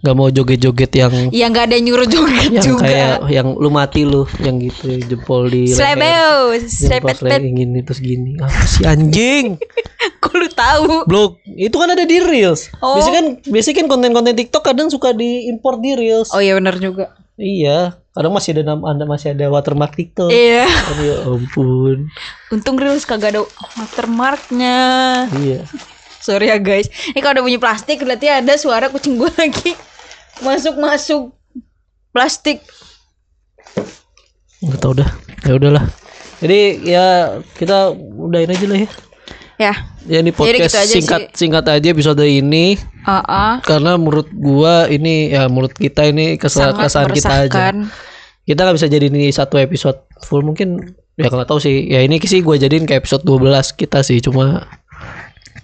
[SPEAKER 1] Nggak mau joget-joget yang
[SPEAKER 2] Yang Ya, nggak ada yang nyuruh joget
[SPEAKER 1] yang
[SPEAKER 2] juga.
[SPEAKER 1] kayak yang lu mati lu, yang gitu yang jempol di leher.
[SPEAKER 2] Slebeo,
[SPEAKER 1] Jempol leher
[SPEAKER 2] slepet
[SPEAKER 1] yang gini terus gini. Apa sih anjing?
[SPEAKER 2] Kok lu tahu?
[SPEAKER 1] Blog itu kan ada di Reels.
[SPEAKER 2] Oh.
[SPEAKER 1] Biasanya kan biasanya kan konten-konten TikTok kadang suka diimpor di Reels.
[SPEAKER 2] Oh iya benar juga.
[SPEAKER 1] Iya, kadang masih ada nama Anda masih ada watermark TikTok.
[SPEAKER 2] Iya.
[SPEAKER 1] Aduh, ya ampun.
[SPEAKER 2] Untung reels kagak ada watermarknya.
[SPEAKER 1] Iya.
[SPEAKER 2] Sorry ya guys. Ini kalau ada bunyi plastik berarti ada suara kucing gue lagi masuk masuk plastik.
[SPEAKER 1] Enggak tahu dah. Ya udahlah. Jadi ya kita udahin aja lah ya.
[SPEAKER 2] Ya.
[SPEAKER 1] Ya ini podcast
[SPEAKER 2] gitu aja
[SPEAKER 1] singkat singkat aja episode ini
[SPEAKER 2] Ah ah.
[SPEAKER 1] karena menurut gua ini ya menurut kita ini kesalahan keresahan
[SPEAKER 2] Sangat
[SPEAKER 1] kita aja.
[SPEAKER 2] meresahkan.
[SPEAKER 1] Kita nggak bisa jadi ini satu episode full mungkin ya nggak tahu sih. Ya ini sih gua jadiin kayak episode 12 kita sih cuma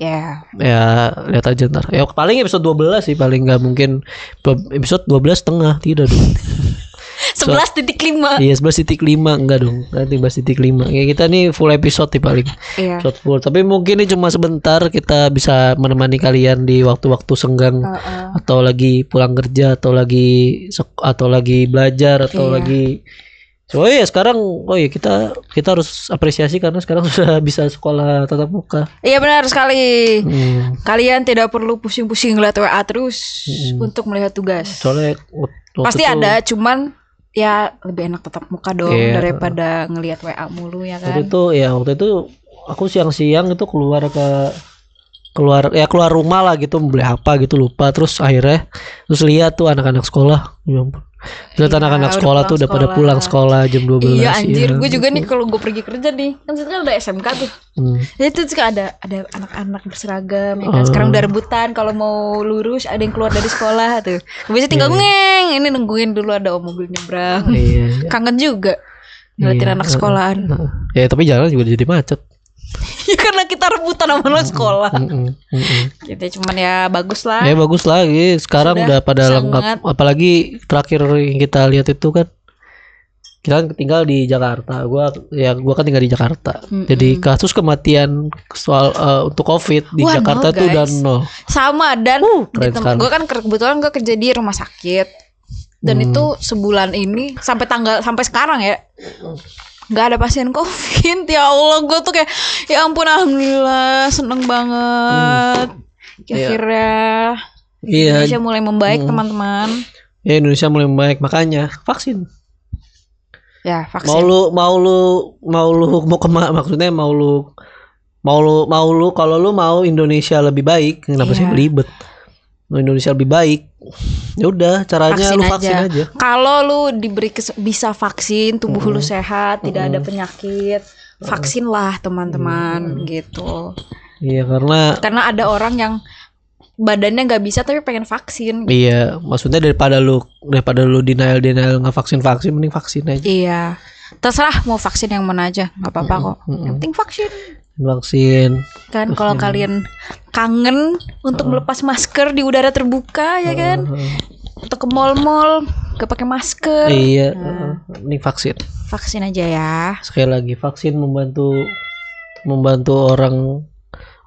[SPEAKER 2] Ya.
[SPEAKER 1] ya lihat aja ntar ya paling episode 12 sih paling nggak mungkin Be- episode 12 tengah tidak dong
[SPEAKER 2] 11.5 titik lima.
[SPEAKER 1] iya 11.5 enggak dong nanti 11.5 ya kita nih full episode nih paling
[SPEAKER 2] Iya.
[SPEAKER 1] episode full tapi mungkin ini cuma sebentar kita bisa menemani kalian di waktu-waktu senggang
[SPEAKER 2] Ah, ah.
[SPEAKER 1] atau lagi pulang kerja atau lagi sek- atau lagi belajar atau
[SPEAKER 2] Iya.
[SPEAKER 1] lagi Oh iya sekarang oh iya kita kita harus apresiasi karena sekarang sudah bisa sekolah tatap muka.
[SPEAKER 2] Iya benar sekali.
[SPEAKER 1] Hmm.
[SPEAKER 2] Kalian tidak perlu pusing-pusing ngeliat WA terus
[SPEAKER 1] Mm-mm.
[SPEAKER 2] untuk melihat tugas.
[SPEAKER 1] Hmm. Soalnya waktu
[SPEAKER 2] Pasti
[SPEAKER 1] itu-
[SPEAKER 2] ada, cuman ya lebih enak tetap muka dong
[SPEAKER 1] Iya.
[SPEAKER 2] daripada ngelihat WA mulu ya
[SPEAKER 1] waktu
[SPEAKER 2] kan.
[SPEAKER 1] itu ya waktu itu aku siang-siang itu keluar ke keluar ya keluar rumah lah gitu beli apa gitu lupa terus akhirnya terus lihat tuh anak-anak sekolah ya ampun ternyata
[SPEAKER 2] Iya,
[SPEAKER 1] anak-anak
[SPEAKER 2] udah
[SPEAKER 1] sekolah
[SPEAKER 2] pulang
[SPEAKER 1] tuh udah pada
[SPEAKER 2] sekolah.
[SPEAKER 1] pulang sekolah jam 12
[SPEAKER 2] iya anjir,
[SPEAKER 1] ya.
[SPEAKER 2] gue juga nih kalau gue pergi kerja nih, kan situ kan ada SMK tuh.
[SPEAKER 1] Hmm.
[SPEAKER 2] Jadi tuh suka ada ada anak-anak berseragam, ya
[SPEAKER 1] Oh.
[SPEAKER 2] kan? sekarang udah rebutan kalau mau lurus ada yang keluar dari sekolah tuh. Biasanya tinggal ngeng, ini nungguin dulu ada om mobil nyebrang.
[SPEAKER 1] iya, iya.
[SPEAKER 2] Kangen juga ngeliatin
[SPEAKER 1] Iya,
[SPEAKER 2] anak
[SPEAKER 1] heeh.
[SPEAKER 2] sekolahan.
[SPEAKER 1] Nah, ya tapi jalan juga jadi macet
[SPEAKER 2] Ya karena kita rebutan sama anak
[SPEAKER 1] Hmm.
[SPEAKER 2] sekolah.
[SPEAKER 1] Mm-mm, mm-mm.
[SPEAKER 2] Gitu cuman ya bagus lah.
[SPEAKER 1] ya bagus lagi sekarang
[SPEAKER 2] Sudah,
[SPEAKER 1] udah pada
[SPEAKER 2] sangat.
[SPEAKER 1] lengkap apalagi terakhir yang kita lihat itu kan kita kan tinggal di Jakarta gua ya gua kan tinggal di Jakarta
[SPEAKER 2] Mm-mm.
[SPEAKER 1] jadi kasus kematian soal eh, untuk covid di
[SPEAKER 2] Wah,
[SPEAKER 1] Jakarta
[SPEAKER 2] nol,
[SPEAKER 1] tuh udah
[SPEAKER 2] guys.
[SPEAKER 1] nol
[SPEAKER 2] Sama dan
[SPEAKER 1] Uh, keren
[SPEAKER 2] di tem-
[SPEAKER 1] sekali.
[SPEAKER 2] gue kan ke- kebetulan gue kerja di rumah sakit dan
[SPEAKER 1] Hmm.
[SPEAKER 2] itu sebulan ini sampai tanggal sampai sekarang ya nggak ada pasien covid ya allah gue tuh kayak ya ampun alhamdulillah seneng banget akhirnya
[SPEAKER 1] Hmm. iya
[SPEAKER 2] Indonesia mulai membaik teman-teman
[SPEAKER 1] ya Indonesia mulai membaik makanya vaksin
[SPEAKER 2] ya vaksin
[SPEAKER 1] mau lu mau lu mau lu mau kema maksudnya mau lu mau lu mau lu kalau lu mau Indonesia lebih baik kenapa sih
[SPEAKER 2] Iya.
[SPEAKER 1] ribet mau Indonesia lebih baik ya udah caranya
[SPEAKER 2] Vaksin
[SPEAKER 1] lu
[SPEAKER 2] aja.
[SPEAKER 1] vaksin aja
[SPEAKER 2] kalau lu diberi kes- bisa vaksin tubuh lu sehat tidak ada penyakit vaksin lah teman-teman gitu
[SPEAKER 1] iya karena
[SPEAKER 2] karena ada orang yang badannya nggak bisa tapi pengen vaksin
[SPEAKER 1] iya maksudnya daripada lu daripada lu denial denial nggak vaksin vaksin mending vaksin aja
[SPEAKER 2] Iya. Terserah mau vaksin yang mana aja, nggak apa-apa kok.
[SPEAKER 1] mm-mm.
[SPEAKER 2] Yang penting vaksin.
[SPEAKER 1] vaksin
[SPEAKER 2] Kan kalau kalian kangen untuk melepas masker di udara terbuka ya kan,
[SPEAKER 1] Heeh.
[SPEAKER 2] atau ke mall-mall gak pakai masker,
[SPEAKER 1] iya heeh. mending vaksin
[SPEAKER 2] vaksin aja ya.
[SPEAKER 1] sekali lagi vaksin membantu membantu orang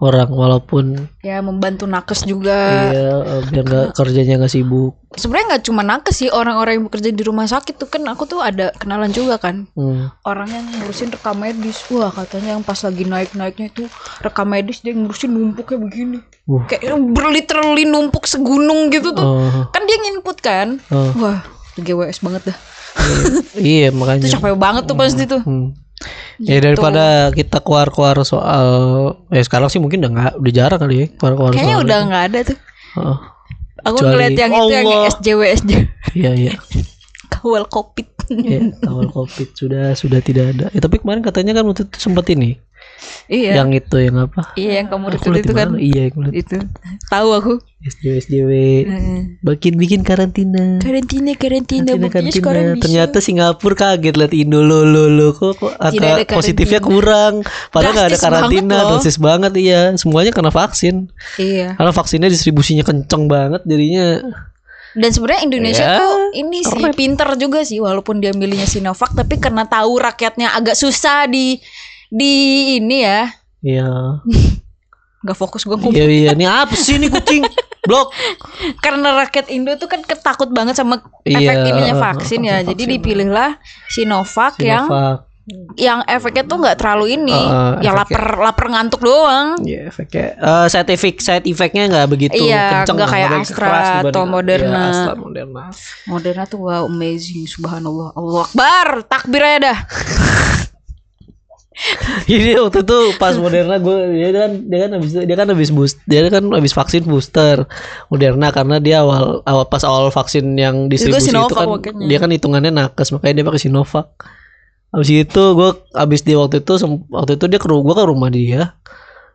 [SPEAKER 1] orang walaupun
[SPEAKER 2] Ya membantu nakes juga.
[SPEAKER 1] Iya, eh, biar nggak kerjanya nggak sibuk.
[SPEAKER 2] Sebenarnya nggak cuma nakes sih, orang-orang yang bekerja di rumah sakit tuh kan aku tuh ada kenalan juga kan.
[SPEAKER 1] Hmm.
[SPEAKER 2] Orang yang ngurusin rekam medis, wah katanya yang pas lagi naik-naiknya itu rekam medis dia ngurusin numpuknya begini.
[SPEAKER 1] Uh.
[SPEAKER 2] Kayak berliterally numpuk segunung gitu tuh.
[SPEAKER 1] Oh,
[SPEAKER 2] kan dia nginput kan
[SPEAKER 1] oh.
[SPEAKER 2] wah GWS banget dah
[SPEAKER 1] iya
[SPEAKER 2] itu
[SPEAKER 1] makanya.
[SPEAKER 2] capek banget tuh pasti tuh Gitu.
[SPEAKER 1] Hmm. Ya daripada kita keluar-keluar soal ya sekarang sih mungkin udah nggak udah jarang kali ya keluar-keluar
[SPEAKER 2] kayaknya
[SPEAKER 1] soal.
[SPEAKER 2] udah nggak ada tuh
[SPEAKER 1] Oh,
[SPEAKER 2] aku
[SPEAKER 1] Kecuali
[SPEAKER 2] ngeliat yang itu yang
[SPEAKER 1] Allah.
[SPEAKER 2] SJW SJ
[SPEAKER 1] iya iya.
[SPEAKER 2] kawal covid
[SPEAKER 1] Iya, awal Covid sudah sudah tidak ada. Ya, tapi kemarin katanya kan waktu itu sempat ini
[SPEAKER 2] iya
[SPEAKER 1] yang itu yang apa?
[SPEAKER 2] iya yang
[SPEAKER 1] Aku
[SPEAKER 2] kamu itu
[SPEAKER 1] liat
[SPEAKER 2] itu
[SPEAKER 1] di
[SPEAKER 2] kan
[SPEAKER 1] mana? Iya, aku liat.
[SPEAKER 2] itu tahu aku
[SPEAKER 1] SJW SJW Iya.
[SPEAKER 2] Heeh.
[SPEAKER 1] bikin bikin karantina.
[SPEAKER 2] karantina Iya. karantina
[SPEAKER 1] Karantina,
[SPEAKER 2] buktinya
[SPEAKER 1] karantina.
[SPEAKER 2] sekarang bisa
[SPEAKER 1] Ternyata Singapura kaget lihat Indo lo lo lo kok, kok
[SPEAKER 2] Tidak ada
[SPEAKER 1] angka
[SPEAKER 2] karantina.
[SPEAKER 1] positifnya kurang. Padahal nggak ada
[SPEAKER 2] Drastis banget
[SPEAKER 1] karantina,
[SPEAKER 2] loh.
[SPEAKER 1] dosis banget iya. Semuanya karena vaksin.
[SPEAKER 2] iya
[SPEAKER 1] Karena vaksinnya distribusinya kenceng banget jadinya.
[SPEAKER 2] dan sebenarnya Indonesia
[SPEAKER 1] Ya,
[SPEAKER 2] tuh ini sih pinter juga sih walaupun dia milihnya Sinovac tapi karena tahu rakyatnya agak susah di di ini ya
[SPEAKER 1] Iya.
[SPEAKER 2] nggak fokus gue
[SPEAKER 1] Iya iya, ini apa sih ini kucing? Blok.
[SPEAKER 2] karena rakyat Indo tuh kan ketakut banget sama efek
[SPEAKER 1] Iya,
[SPEAKER 2] ininya vaksin ya.
[SPEAKER 1] vaksin.
[SPEAKER 2] Jadi dipilihlah Sinovac, yang
[SPEAKER 1] Sinovac.
[SPEAKER 2] yang efeknya tuh nggak terlalu ini.
[SPEAKER 1] Uh, uh,
[SPEAKER 2] ya
[SPEAKER 1] efeknya.
[SPEAKER 2] lapar lapar ngantuk doang.
[SPEAKER 1] Iya, efeknya eh side effect side effectnya nggak begitu
[SPEAKER 2] Iya,
[SPEAKER 1] kenceng
[SPEAKER 2] nggak
[SPEAKER 1] lah,
[SPEAKER 2] kayak
[SPEAKER 1] nggak
[SPEAKER 2] Astra
[SPEAKER 1] keras dibanding-
[SPEAKER 2] atau Moderna.
[SPEAKER 1] Iya, Astra Moderna.
[SPEAKER 2] Moderna tuh wow amazing subhanallah. Allah Akbar, takbir aja dah.
[SPEAKER 1] Jadi waktu itu pas Moderna gue dia kan dia kan habis dia kan habis boost dia kan habis vaksin booster Moderna karena dia awal awal pas awal vaksin yang distribusi itu
[SPEAKER 2] Sinovac
[SPEAKER 1] kan
[SPEAKER 2] makanya.
[SPEAKER 1] dia kan hitungannya nakes makanya dia pakai Sinovac. Habis itu gue habis dia waktu itu sem- waktu itu dia ke gue ke rumah dia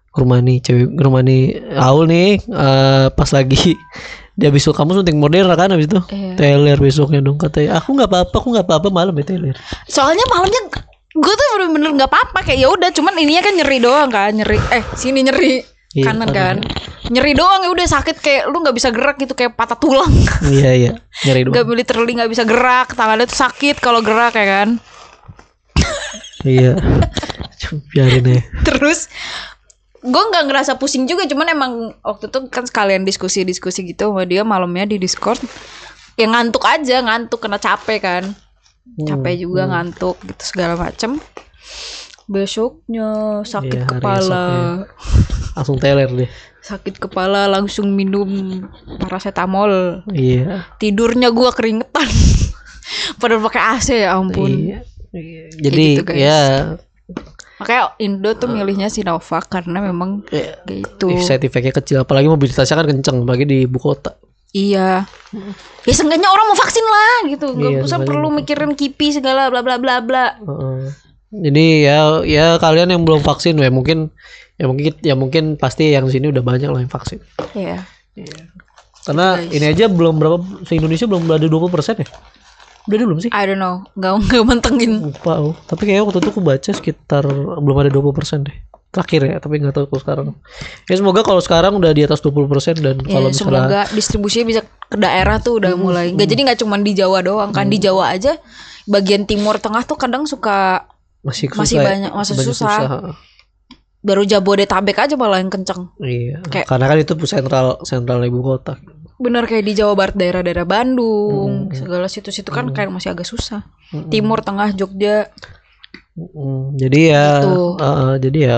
[SPEAKER 1] ke rumah nih cewek ke rumah nih Aul nih eh, pas lagi dia besok kamu suntik Moderna kan habis itu
[SPEAKER 2] Iya.
[SPEAKER 1] Teler besoknya dong katanya aku nggak apa-apa aku nggak apa-apa malam ya Teler
[SPEAKER 2] Soalnya malamnya gue tuh bener-bener nggak apa-apa kayak ya udah cuman ininya kan nyeri doang kan nyeri eh sini nyeri
[SPEAKER 1] Iya,
[SPEAKER 2] kanan
[SPEAKER 1] kanan.
[SPEAKER 2] kan nyeri doang ya udah sakit kayak lu nggak bisa gerak gitu kayak patah tulang
[SPEAKER 1] iya iya nyari doang
[SPEAKER 2] nggak boleh terli nggak bisa gerak tangannya tuh sakit kalau gerak ya kan
[SPEAKER 1] Iya. Cuk, Biarin ya.
[SPEAKER 2] Terus gue nggak ngerasa pusing juga, cuman emang waktu itu kan sekalian diskusi-diskusi gitu sama dia malamnya di Discord. Ya ngantuk aja, ngantuk kena capek kan.
[SPEAKER 1] Hmm,
[SPEAKER 2] Capek juga ngantuk gitu segala macem. Besoknya sakit
[SPEAKER 1] Iya, hari iya.
[SPEAKER 2] kepala.
[SPEAKER 1] Langsung teler deh.
[SPEAKER 2] Sakit kepala langsung minum paracetamol.
[SPEAKER 1] Iya.
[SPEAKER 2] Tidurnya gua keringetan. Padahal pakai AC ya ampun.
[SPEAKER 1] Iya. Jadi
[SPEAKER 2] gitu, guys.
[SPEAKER 1] ya
[SPEAKER 2] Makanya Indo tuh milihnya Sinovac karena memang
[SPEAKER 1] Kayak
[SPEAKER 2] gitu.
[SPEAKER 1] side effect-nya kecil apalagi mobilitasnya kan kenceng bagi di ibu kota.
[SPEAKER 2] Iya. Ya seenggaknya orang mau vaksin lah gitu. Gak
[SPEAKER 1] Iya,
[SPEAKER 2] usah
[SPEAKER 1] seenggaknya
[SPEAKER 2] perlu mikirin kipi segala bla bla bla bla.
[SPEAKER 1] Heeh. Jadi ya ya kalian yang belum vaksin ya mungkin ya mungkin ya mungkin pasti yang sini udah banyak lah yang vaksin.
[SPEAKER 2] Iya.
[SPEAKER 1] Karena ini aja belum berapa se Indonesia belum ada 20% ya? Udah ada belum sih?
[SPEAKER 2] I don't know. Gak nggak mentengin.
[SPEAKER 1] Lupa oh. Tapi kayaknya waktu itu aku baca sekitar belum ada 20% deh. Terakhir ya, tapi nggak tahu kalau sekarang. Ya semoga kalau sekarang udah di atas 20% dan
[SPEAKER 2] Ya,
[SPEAKER 1] kalau misalnya
[SPEAKER 2] semoga distribusinya bisa ke daerah tuh udah mulai. Gak jadi nggak cuma di Jawa doang kan di Jawa aja bagian timur tengah tuh kadang suka
[SPEAKER 1] masih susah.
[SPEAKER 2] masih
[SPEAKER 1] ya.
[SPEAKER 2] banyak- masih susah.
[SPEAKER 1] heeh.
[SPEAKER 2] baru Jabodetabek aja malah yang kenceng.
[SPEAKER 1] Iya.
[SPEAKER 2] Kayak-
[SPEAKER 1] Karena kan itu sentral sentral ibu kota.
[SPEAKER 2] Bener kayak di Jawa Barat daerah-daerah Bandung segala situ-situ kan kayak masih agak susah. Timur tengah Jogja.
[SPEAKER 1] Mm, jadi ya,
[SPEAKER 2] Gitu.
[SPEAKER 1] uh-uh, jadi ya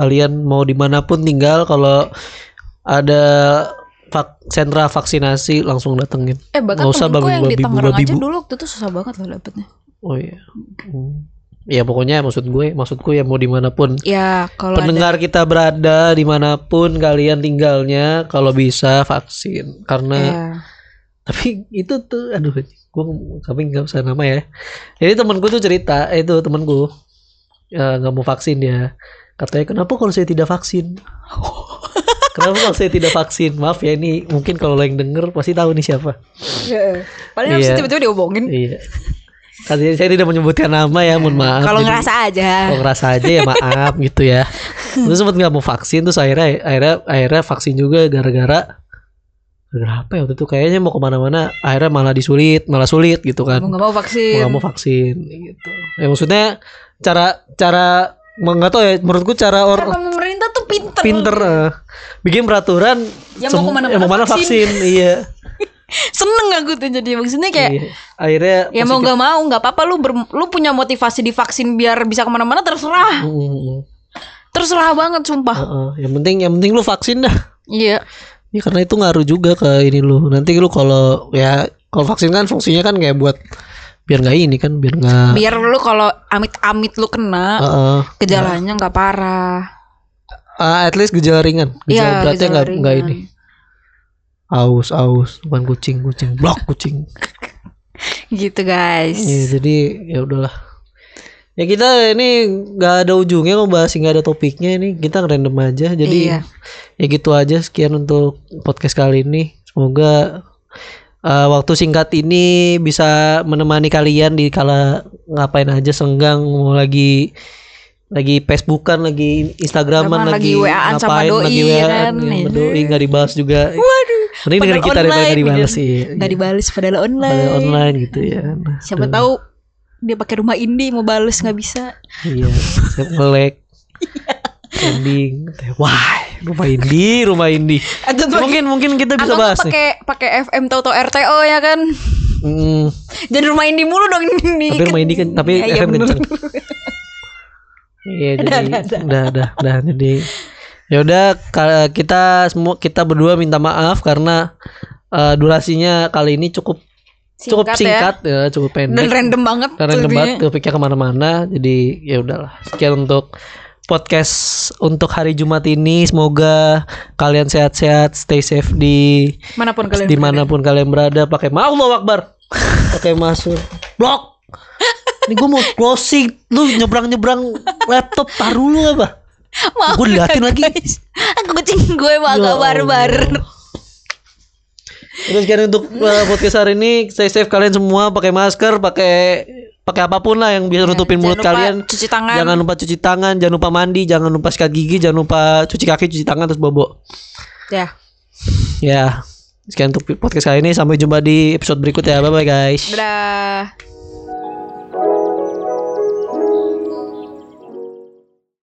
[SPEAKER 1] kalian mau dimanapun tinggal kalau ada vak- sentra vaksinasi langsung datengin.
[SPEAKER 2] Eh bahkan
[SPEAKER 1] Nggak usah
[SPEAKER 2] temenku yang di
[SPEAKER 1] babi-babi,
[SPEAKER 2] Tangerang aja
[SPEAKER 1] babi-bu.
[SPEAKER 2] dulu waktu itu susah banget loh dapetnya.
[SPEAKER 1] Oh iya. Mm. Ya pokoknya maksud gue, maksudku ya mau dimanapun
[SPEAKER 2] Ya kalau ada
[SPEAKER 1] pendengar kita berada dimanapun kalian tinggalnya kalau bisa vaksin karena
[SPEAKER 2] ya.
[SPEAKER 1] tapi itu tuh aduh gue kami nggak usah nama ya jadi temanku tuh cerita eh, itu temanku ya, nggak mau vaksin dia katanya kenapa kalau saya tidak vaksin kenapa kalau saya tidak vaksin maaf ya ini mungkin kalau lo yang denger pasti tahu nih siapa
[SPEAKER 2] Paling
[SPEAKER 1] Iya.
[SPEAKER 2] harus tiba-tiba diomongin.
[SPEAKER 1] iya katanya saya tidak menyebutkan nama ya mohon maaf
[SPEAKER 2] Kalau
[SPEAKER 1] Jadi,
[SPEAKER 2] ngerasa aja.
[SPEAKER 1] kalau ngerasa aja ya maaf gitu ya terus sempet nggak mau vaksin terus akhirnya akhirnya akhirnya vaksin juga gara-gara gara apa ya waktu itu kayaknya mau kemana-mana akhirnya malah disulit malah sulit gitu kan
[SPEAKER 2] Mau nggak mau
[SPEAKER 1] mau
[SPEAKER 2] vaksin.
[SPEAKER 1] nggak mau vaksin gitu. Ya maksudnya cara cara nggak tahu ya menurutku cara
[SPEAKER 2] Karena
[SPEAKER 1] or
[SPEAKER 2] pemerintah tuh pinter.
[SPEAKER 1] pinter eh, bikin peraturan
[SPEAKER 2] Ya mau
[SPEAKER 1] sem-
[SPEAKER 2] kemana-mana
[SPEAKER 1] ya mau mana vaksin,
[SPEAKER 2] vaksin.
[SPEAKER 1] iya,
[SPEAKER 2] Seneng aku tuh jadi maksudnya kayak
[SPEAKER 1] iya. akhirnya
[SPEAKER 2] ya mau nggak mau nggak apa-apa lu ber- lu punya motivasi divaksin biar bisa kemana-mana terserah.
[SPEAKER 1] Mm, mm, mm.
[SPEAKER 2] Terserah banget sumpah.
[SPEAKER 1] Heeh, yang penting yang penting lu vaksin dah
[SPEAKER 2] Iya.
[SPEAKER 1] ya, karena itu ngaruh juga ke ini lu nanti lu kalau ya kalau vaksin kan fungsinya kan kayak buat biar nggak ini kan biar nggak
[SPEAKER 2] Biar lu kalau amit-amit lu kena
[SPEAKER 1] Heeh.
[SPEAKER 2] gejalanya nggak parah.
[SPEAKER 1] Ah, at least gejala ringan gejala
[SPEAKER 2] Iya,
[SPEAKER 1] beratnya
[SPEAKER 2] gejala
[SPEAKER 1] nggak nggak
[SPEAKER 2] ringan.
[SPEAKER 1] ini aus aus bukan kucing kucing blok kucing
[SPEAKER 2] Gitu guys.
[SPEAKER 1] Ya, jadi ya udahlah. Ya kita ini nggak ada ujungnya mau bahas nggak ada topiknya ini kita random aja. Jadi
[SPEAKER 2] Iya.
[SPEAKER 1] ya gitu aja sekian untuk podcast kali ini. Semoga eh, waktu singkat ini bisa menemani kalian di kala ngapain aja senggang mau lagi lagi Facebookan, lagi Instagraman,
[SPEAKER 2] Instagraman,
[SPEAKER 1] lagi,
[SPEAKER 2] lagi WA-an sama doi,
[SPEAKER 1] lagi
[SPEAKER 2] ya
[SPEAKER 1] WA-an,
[SPEAKER 2] kan?
[SPEAKER 1] ya, sama doi nggak dibahas juga.
[SPEAKER 2] Waduh.
[SPEAKER 1] Mending dengerin
[SPEAKER 2] padahal
[SPEAKER 1] kita daripada nggak
[SPEAKER 2] online, ya.
[SPEAKER 1] dibahas sih.
[SPEAKER 2] Nggak dibales padahal online.
[SPEAKER 1] online gitu ya. Nah,
[SPEAKER 2] Siapa
[SPEAKER 1] aduh.
[SPEAKER 2] tahu dia pakai rumah indie mau bales nggak bisa.
[SPEAKER 1] Iya, siap ngelek. Ending. Wah, rumah Indi, rumah Indi.
[SPEAKER 2] Atau tuh
[SPEAKER 1] Mungkin mungkin kita bisa
[SPEAKER 2] atau
[SPEAKER 1] bahas nih.
[SPEAKER 2] tuh pakai pakai FM Toto RTO ya kan.
[SPEAKER 1] Hmm,
[SPEAKER 2] Jadi rumah indie mulu dong ini.
[SPEAKER 1] tapi rumah Indi kan tapi
[SPEAKER 2] Iya, iya,
[SPEAKER 1] FM
[SPEAKER 2] bener.
[SPEAKER 1] kenceng. Iya, jadi udah udah udah jadi ya udah ka- kita semua kita berdua minta maaf karena eh, durasinya kali ini cukup cukup
[SPEAKER 2] Singkat ya.
[SPEAKER 1] singkat ya, cukup
[SPEAKER 2] Dan
[SPEAKER 1] pendek.
[SPEAKER 2] random banget.
[SPEAKER 1] Karena debat
[SPEAKER 2] jadinya.
[SPEAKER 1] topiknya kemana-mana, jadi ya udahlah. Sekian untuk podcast untuk hari Jumat ini. Semoga kalian sehat-sehat, stay safe di
[SPEAKER 2] Manapun kalian.
[SPEAKER 1] dimanapun kalian berada. Pakai ma Allah Akbar, pakai masuk blok. Ini gue mau closing, lu nyebrang-nyebrang laptop taruh lu apa?
[SPEAKER 2] berada. Maaf
[SPEAKER 1] Gue
[SPEAKER 2] ya,
[SPEAKER 1] diliatin lagi.
[SPEAKER 2] guys. Kucing gue mau
[SPEAKER 1] Ya
[SPEAKER 2] agak
[SPEAKER 1] Allah.
[SPEAKER 2] barbar.
[SPEAKER 1] Terus sekian untuk uh, podcast hari ini. Stay safe kalian semua, pakai masker, pakai pakai apapun lah yang bisa nutupin
[SPEAKER 2] jangan
[SPEAKER 1] mulut
[SPEAKER 2] lupa
[SPEAKER 1] kalian.
[SPEAKER 2] cuci tangan.
[SPEAKER 1] Jangan lupa Iya, cuci tangan, jangan lupa mandi, jangan lupa sikat gigi, jangan lupa cuci kaki, cuci tangan terus bobo.
[SPEAKER 2] Ya.
[SPEAKER 1] Ya. Sekian untuk podcast kali ini. Sampai jumpa di episode berikutnya. Bye bye ya. guys.
[SPEAKER 2] Dadah.